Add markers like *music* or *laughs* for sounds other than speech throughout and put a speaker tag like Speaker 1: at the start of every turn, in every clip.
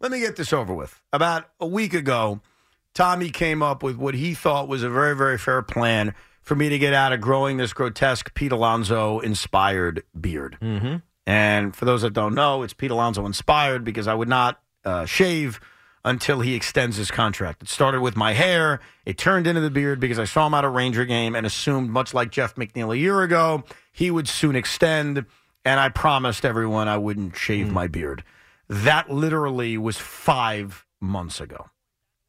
Speaker 1: Let me get this over with. About a week ago, Tommy came up with what he thought was a very, very fair plan for me to get out of growing this grotesque Pete Alonso inspired beard.
Speaker 2: Mm-hmm.
Speaker 1: And for those that don't know, it's Pete Alonso inspired because I would not uh, shave until he extends his contract. It started with my hair. It turned into the beard because I saw him at a Ranger game and assumed, much like Jeff McNeil a year ago, he would soon extend. And I promised everyone I wouldn't shave my beard. That literally was five months ago.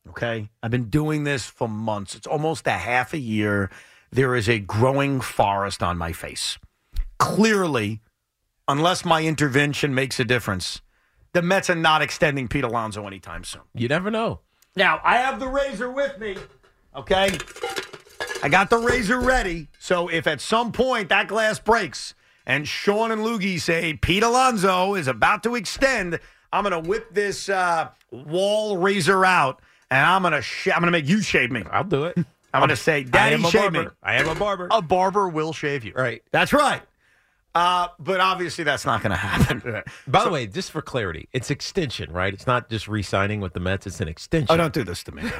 Speaker 1: Okay. I've been doing this for months. It's almost a half a year. There is a growing forest on my face. Clearly, unless my intervention makes a difference, the Mets are not extending Pete Alonso anytime soon.
Speaker 2: You never know.
Speaker 1: Now, I have the razor with me, okay? I got the razor ready. So if at some point that glass breaks and Sean and Loogie say Pete Alonso is about to extend, I'm going to whip this uh, wall razor out and I'm going to sh- I'm going to make you shave me.
Speaker 2: I'll do *laughs* it.
Speaker 1: I'm going to say, "Daddy,
Speaker 2: I am a
Speaker 1: shave
Speaker 2: barber.
Speaker 1: me."
Speaker 2: I am a barber.
Speaker 1: A barber will shave you.
Speaker 2: Right.
Speaker 1: That's right. Uh, but obviously that's not going to *laughs* happen.
Speaker 2: By the way, just for clarity, it's extension, right? It's not just re-signing with the Mets. It's an extension.
Speaker 1: oh, don't do this to me. *laughs*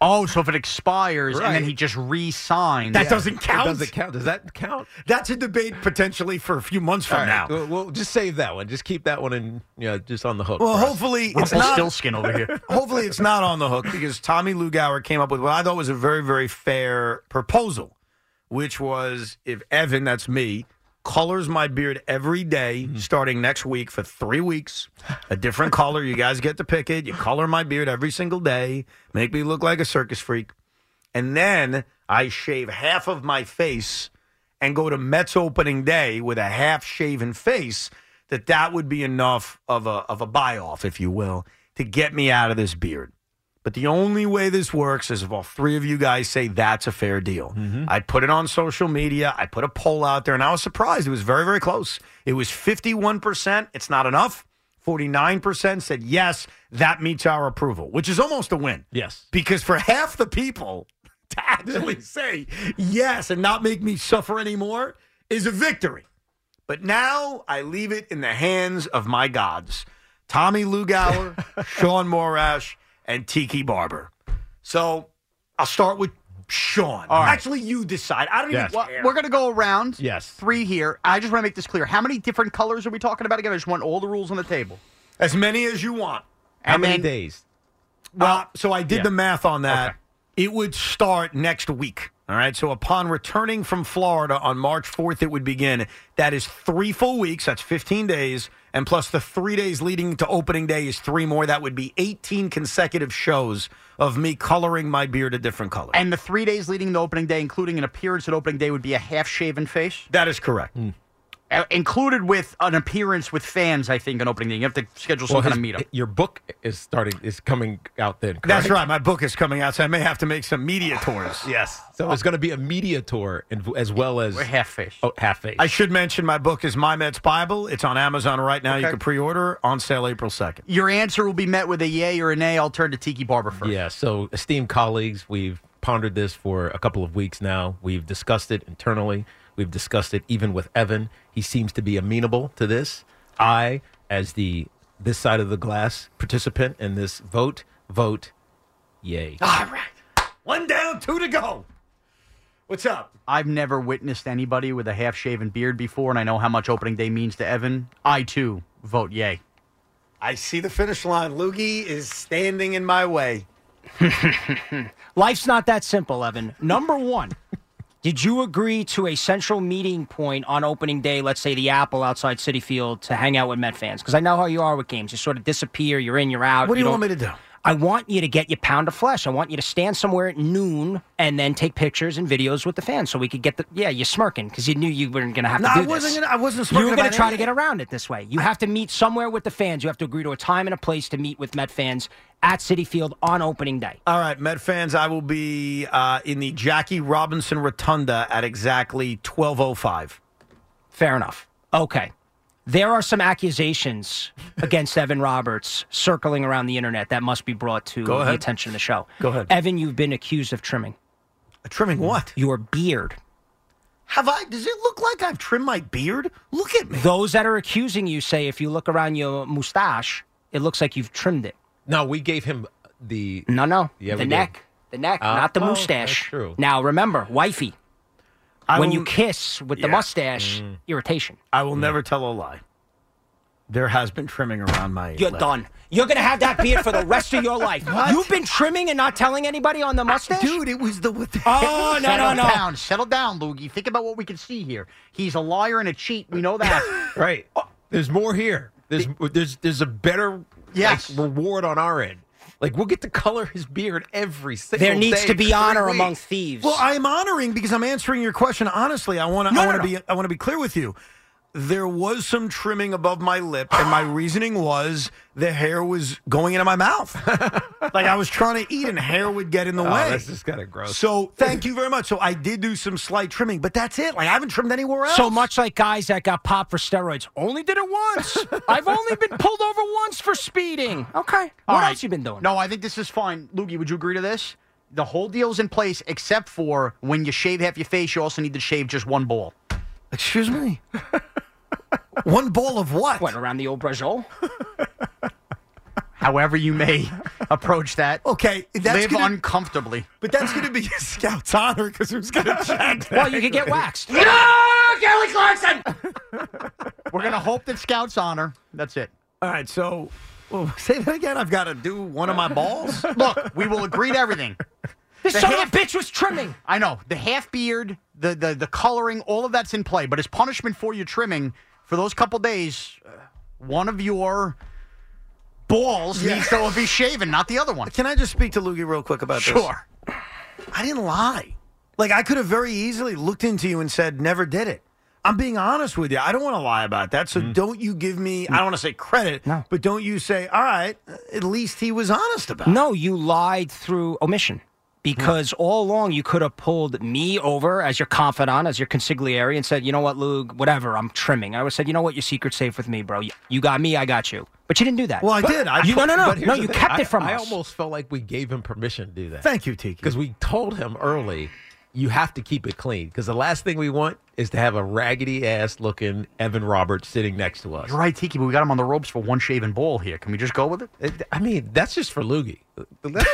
Speaker 3: Oh, so if it expires and
Speaker 2: Right.
Speaker 3: then he just re-signs,
Speaker 1: That doesn't count.
Speaker 2: It doesn't count. Does that count?
Speaker 1: That's a debate potentially for a few months from
Speaker 2: All right.
Speaker 1: now.
Speaker 2: Well, well, just save that one. Just keep that one in, you know, just on the hook.
Speaker 1: Well,
Speaker 2: for us.
Speaker 1: hopefully it's not.
Speaker 3: Rumpelstiltskin over here.
Speaker 1: *laughs* hopefully it's not on the hook because Tommy Lugauer came up with what I thought was a very very fair proposal, which was if Evan, that's me, colors my beard every day
Speaker 2: Mm-hmm.
Speaker 1: starting next week for three weeks, a
Speaker 2: *laughs*
Speaker 1: different color. You guys get to pick it. You color my beard every single day, make me look like a circus freak, and then I shave half of my face and go to Mets opening day with a half shaven face, that that would be enough of a of a buy off, if you will, to get me out of this beard. But the only way this works is if all three of you guys say that's a fair deal. I put it on social media. I put a poll out there, and I was surprised. It was very, very close. It was 51%. It's not enough. 49% said, yes, that meets our approval, which is almost a win.
Speaker 2: Yes.
Speaker 1: Because for half the people *laughs* to actually say yes and not make me suffer anymore is a victory. But now I leave it in the hands of my gods Tommy Lugauer,
Speaker 3: *laughs*
Speaker 1: Sean Morash, and Tiki Barber. So I'll start with Sean. Actually, you decide. I don't
Speaker 2: Yes.
Speaker 1: even
Speaker 3: Well,
Speaker 1: care.
Speaker 3: we're going to go around.
Speaker 2: Yes.
Speaker 3: Three here. I just want to make this clear. How many different colors are we talking about again? I just want all the rules on the table.
Speaker 1: as many as you want.
Speaker 2: How
Speaker 3: And
Speaker 2: many
Speaker 3: then-
Speaker 2: days?
Speaker 1: Well, Uh, so I did
Speaker 2: yeah.
Speaker 1: the math on that.
Speaker 2: Okay.
Speaker 1: It would start next week. All right. So upon returning from Florida on March 4th, it would begin. That is three full weeks. That's 15 days. And plus the three days leading to opening day is three more. That would be 18 consecutive shows of me coloring my beard a different color.
Speaker 3: And the three days leading to opening day, including an appearance at opening day, would be a half-shaven face,
Speaker 1: that is correct.
Speaker 3: Uh, included with an appearance with fans. I think on opening day, you have to schedule some kind of meetup.
Speaker 2: Your book is starting is coming out then. Correct?
Speaker 1: That's right. My book is coming out, so I may have to make some media tours.
Speaker 2: Yes. So it's going to be a media tour and, as well as
Speaker 3: We're half face.
Speaker 2: oh, half face.
Speaker 1: I should mention my book is My Mets Bible. It's on Amazon right now. You can pre order on sale April 2nd.
Speaker 3: Your answer will be met with a yay or a nay. I'll turn to Tiki Barber first.
Speaker 2: Yeah. So, esteemed colleagues, we've pondered this for a couple of weeks now. We've discussed it internally. We've discussed it even with Evan. He seems to be amenable to this. I, as the this side of the glass participant in this vote, vote yay.
Speaker 1: All right. One down, two to go. What's up?
Speaker 3: I've never witnessed anybody with a half shaven beard before, and I know how much opening day means to Evan. I too vote yay.
Speaker 1: I see the finish line. Loogie is standing in my way.
Speaker 4: Life's not that simple, Evan. Number one, did you agree to a central meeting point on opening day, let's say the Apple outside City Field, to hang out with Met fans? Because I know how you are with games. You sort of disappear, you're in, you're out.
Speaker 1: What do you
Speaker 4: don't-
Speaker 1: want me to do?
Speaker 4: I want you to get your pound of flesh. I want you to stand somewhere at noon and then take pictures and videos with the fans so we could get the. Yeah, you're smirking because you knew you weren't going to have
Speaker 1: No,
Speaker 4: to do
Speaker 1: I wasn't
Speaker 4: this.
Speaker 1: gonna- I wasn't
Speaker 4: You
Speaker 1: smirking
Speaker 4: were gonna
Speaker 1: about
Speaker 4: try to
Speaker 1: anything.
Speaker 4: get around it this way. You have to meet somewhere with the fans. You have to agree to a time and a place to meet with Met fans at City Field on opening day.
Speaker 1: All right, Met fans, I will be uh, in the Jackie Robinson Rotunda at exactly 12.05.
Speaker 4: Fair enough. Okay. There are
Speaker 1: *laughs*
Speaker 4: some accusations against Evan Roberts circling around the internet that must be brought to
Speaker 1: Go
Speaker 4: the
Speaker 1: ahead.
Speaker 4: attention of the show.
Speaker 1: Go ahead.
Speaker 4: Evan, you've been accused of trimming
Speaker 1: Trimming what?
Speaker 4: your beard.
Speaker 1: Mm. Have I? Does it look like I've trimmed my beard? Look at me.
Speaker 4: Those that are accusing you say if you look around your mustache, it looks like you've trimmed it.
Speaker 2: No, we gave him the.
Speaker 4: No, no.
Speaker 2: Yeah,
Speaker 4: the
Speaker 2: we did.
Speaker 4: neck. The neck,
Speaker 1: Ah,
Speaker 2: Uh,
Speaker 4: not the
Speaker 1: oh,
Speaker 2: well,
Speaker 4: mustache.
Speaker 2: that's true.
Speaker 4: Now remember, wifey,
Speaker 1: I
Speaker 4: when
Speaker 1: will-
Speaker 4: you kiss with
Speaker 1: Yeah.
Speaker 4: the
Speaker 1: Mm.
Speaker 4: mustache, irritation.
Speaker 1: I will never tell a lie. There has been trimming around my.
Speaker 4: You're
Speaker 1: lip.
Speaker 4: done. You're gonna have that beard for the rest
Speaker 1: *laughs*
Speaker 4: of your life. You've been trimming and not telling anybody on the mustache,
Speaker 1: dude. It was the what the
Speaker 4: Oh no no
Speaker 3: Settle
Speaker 4: no!
Speaker 3: down, settle down, Loogie. Think about what we can see here. He's a liar and a cheat. We know that.
Speaker 2: Right. There's more here. There's there's there's a better
Speaker 3: Yes.
Speaker 2: like, reward on our end. Like we'll get to color his beard every single.
Speaker 4: *laughs* There needs
Speaker 2: day
Speaker 4: to be
Speaker 2: for
Speaker 4: honor
Speaker 2: three
Speaker 4: among
Speaker 2: weeks.
Speaker 4: thieves.
Speaker 1: Well, I'm honoring because I'm answering your question honestly. I want to.
Speaker 4: No,
Speaker 1: I
Speaker 4: no,
Speaker 1: want
Speaker 4: no.
Speaker 1: to be. I want to be clear with you. There was some trimming above my lip, and my reasoning was the hair was going into my
Speaker 4: *laughs*
Speaker 1: mouth. like I was trying to eat, and hair would get in the
Speaker 2: Oh,
Speaker 1: way.
Speaker 2: that's just kind of gross.
Speaker 1: So thank you very much. So I did do some slight trimming, but that's it. Like I haven't trimmed anywhere else.
Speaker 4: so much like guys that got popped for steroids, only did it once. I've only been pulled over once for speeding. Okay.
Speaker 3: All
Speaker 4: *laughs* what
Speaker 3: right.
Speaker 4: else you been doing?
Speaker 3: No, I think this is fine. Loogie, would you agree to this? The whole deal's in place except for when you shave half your face, you also need to shave just one ball.
Speaker 1: Excuse
Speaker 4: *laughs*
Speaker 1: me. One bowl of what?
Speaker 4: What around the old Brajol?
Speaker 3: However you may approach that.
Speaker 4: Oh,
Speaker 1: Okay, that's
Speaker 3: Live
Speaker 1: gonna-
Speaker 3: uncomfortably.
Speaker 1: But that's going to be a scout's honor because who's going to check?
Speaker 4: *laughs* well, you could get waxed.
Speaker 3: We're gonna hope that Scouts honor. That's
Speaker 4: *laughs*
Speaker 3: it.
Speaker 1: All right, so well, say that again. I've got to do one of my balls.
Speaker 3: Look, we will agree to everything.
Speaker 4: This son
Speaker 3: half-
Speaker 4: of a bitch was trimming.
Speaker 3: I know the half beard, the the the coloring, all of that's in play. But as punishment for your trimming for those couple days, uh, one of your balls needs to be shaven, not the other one.
Speaker 1: Can I just speak to Loogie real quick about this?
Speaker 3: Sure.
Speaker 1: I didn't lie. Like I could have very easily looked into you and said never did it. I'm being honest with you. I don't want to lie about that. So
Speaker 2: Mm.
Speaker 1: don't you give me I don't want to say credit,
Speaker 4: No.
Speaker 1: but don't you say, "All right, at least he was honest about it."
Speaker 4: No, you lied through omission. Because all along you could have pulled me over as your confidant, as your consigliere, and said, "You know what, Lug? Whatever, I'm trimming." I would have said, "You know what? Your secret's safe with me, bro. You, you got me, I got you." But you didn't do that.
Speaker 1: Well, I did. I
Speaker 4: you, no, no, no,
Speaker 2: But here's
Speaker 4: no.
Speaker 2: the
Speaker 4: You
Speaker 2: thing.
Speaker 4: kept
Speaker 2: I-
Speaker 4: it from
Speaker 2: I
Speaker 4: us.
Speaker 2: almost felt like we gave him permission to do that.
Speaker 1: Thank you, Tiki.
Speaker 2: Because we told him early, you have to keep it clean. Because the last thing we want is to have a raggedy ass looking Evan Roberts sitting next to us.
Speaker 3: You're right, Tiki, but we got him on the ropes for one shaven ball here. Can we just go with it?
Speaker 2: It- I mean, that's just for Loogie. *laughs*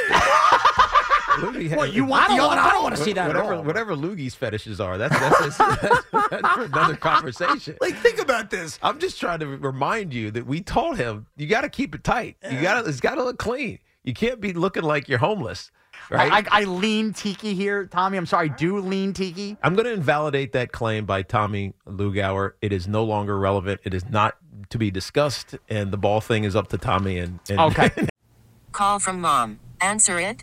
Speaker 2: Loogie
Speaker 3: What, you want
Speaker 4: I don't
Speaker 3: the
Speaker 4: want.
Speaker 3: other
Speaker 4: I don't want to see that at
Speaker 2: whatever,
Speaker 4: all.
Speaker 2: whatever Loogie's fetishes are, that's *laughs* that's, that's, that's, that's for another conversation.
Speaker 1: Like think about this.
Speaker 2: I'm just trying to remind you that we told him you got to keep it tight. You got to it's got to look clean. You can't be looking like you're homeless, right?
Speaker 3: I, I, I lean Tiki here, Tommy. I'm sorry, I do
Speaker 2: *laughs*
Speaker 3: lean Tiki.
Speaker 2: I'm going to invalidate that claim by Tommy Lugauer. It is no longer relevant. It is not to be discussed, and the ball thing is up to Tommy. And, and
Speaker 3: Okay.
Speaker 5: Call from mom. Answer it.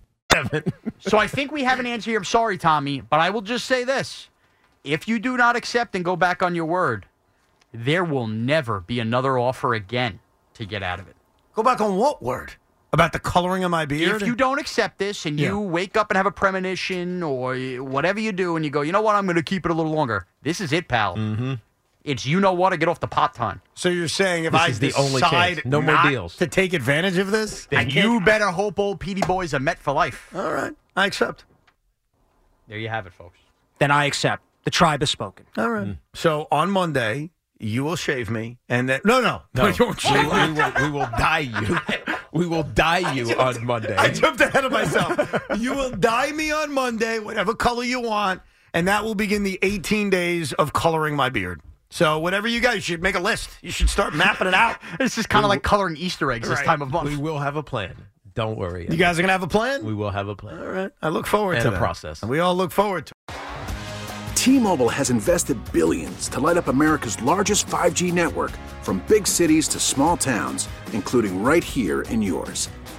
Speaker 3: So I think we have an answer here. I'm sorry, Tommy, but I will just say this. If you do not accept and go back on your word, there will never be another offer again to get out of it.
Speaker 1: Go back on what word? About the coloring of my beard?
Speaker 3: If you don't accept this and you wake up and have a premonition or y- whatever you do and you go, you know what, I'm going to keep it a little longer, this is it, pal.
Speaker 6: It's you know what to get off the pot time.
Speaker 1: So you're saying if
Speaker 2: This
Speaker 1: I
Speaker 2: is the only
Speaker 1: decide
Speaker 2: chance. No more
Speaker 1: not
Speaker 2: deals.
Speaker 1: to take advantage of this, I
Speaker 6: And you better hope old Petey Boy's a Met for life.
Speaker 1: All right, I accept.
Speaker 6: There you have it, folks.
Speaker 4: Then I accept. The tribe has spoken.
Speaker 1: All right.
Speaker 2: Mm.
Speaker 1: So on Monday, you will shave me, and then no, no,
Speaker 2: *laughs*
Speaker 1: *laughs*
Speaker 2: No.
Speaker 1: I won't
Speaker 2: we,
Speaker 1: shave you.
Speaker 2: we will, we will die you. We will die you on Monday.
Speaker 1: I jumped ahead of myself. you will dye me on Monday, whatever color you want, and that will begin the 18 days of coloring my beard. So whatever you guys should make a list. You should start mapping it
Speaker 2: *laughs*
Speaker 1: out.
Speaker 6: This is kind of like coloring Easter eggs this
Speaker 1: Right.
Speaker 6: time of month.
Speaker 2: we will have a plan. Don't worry.
Speaker 1: You guys are gonna have a plan.
Speaker 2: we will have a plan.
Speaker 1: all right. I look forward
Speaker 2: And
Speaker 1: to
Speaker 2: a
Speaker 1: that.
Speaker 2: process.
Speaker 1: And we all look forward to.
Speaker 7: T-Mobile has invested billions to light up America's largest 5G network from big cities to small towns, including right here in yours.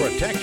Speaker 8: Protect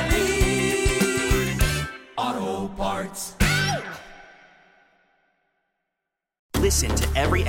Speaker 9: Listen to every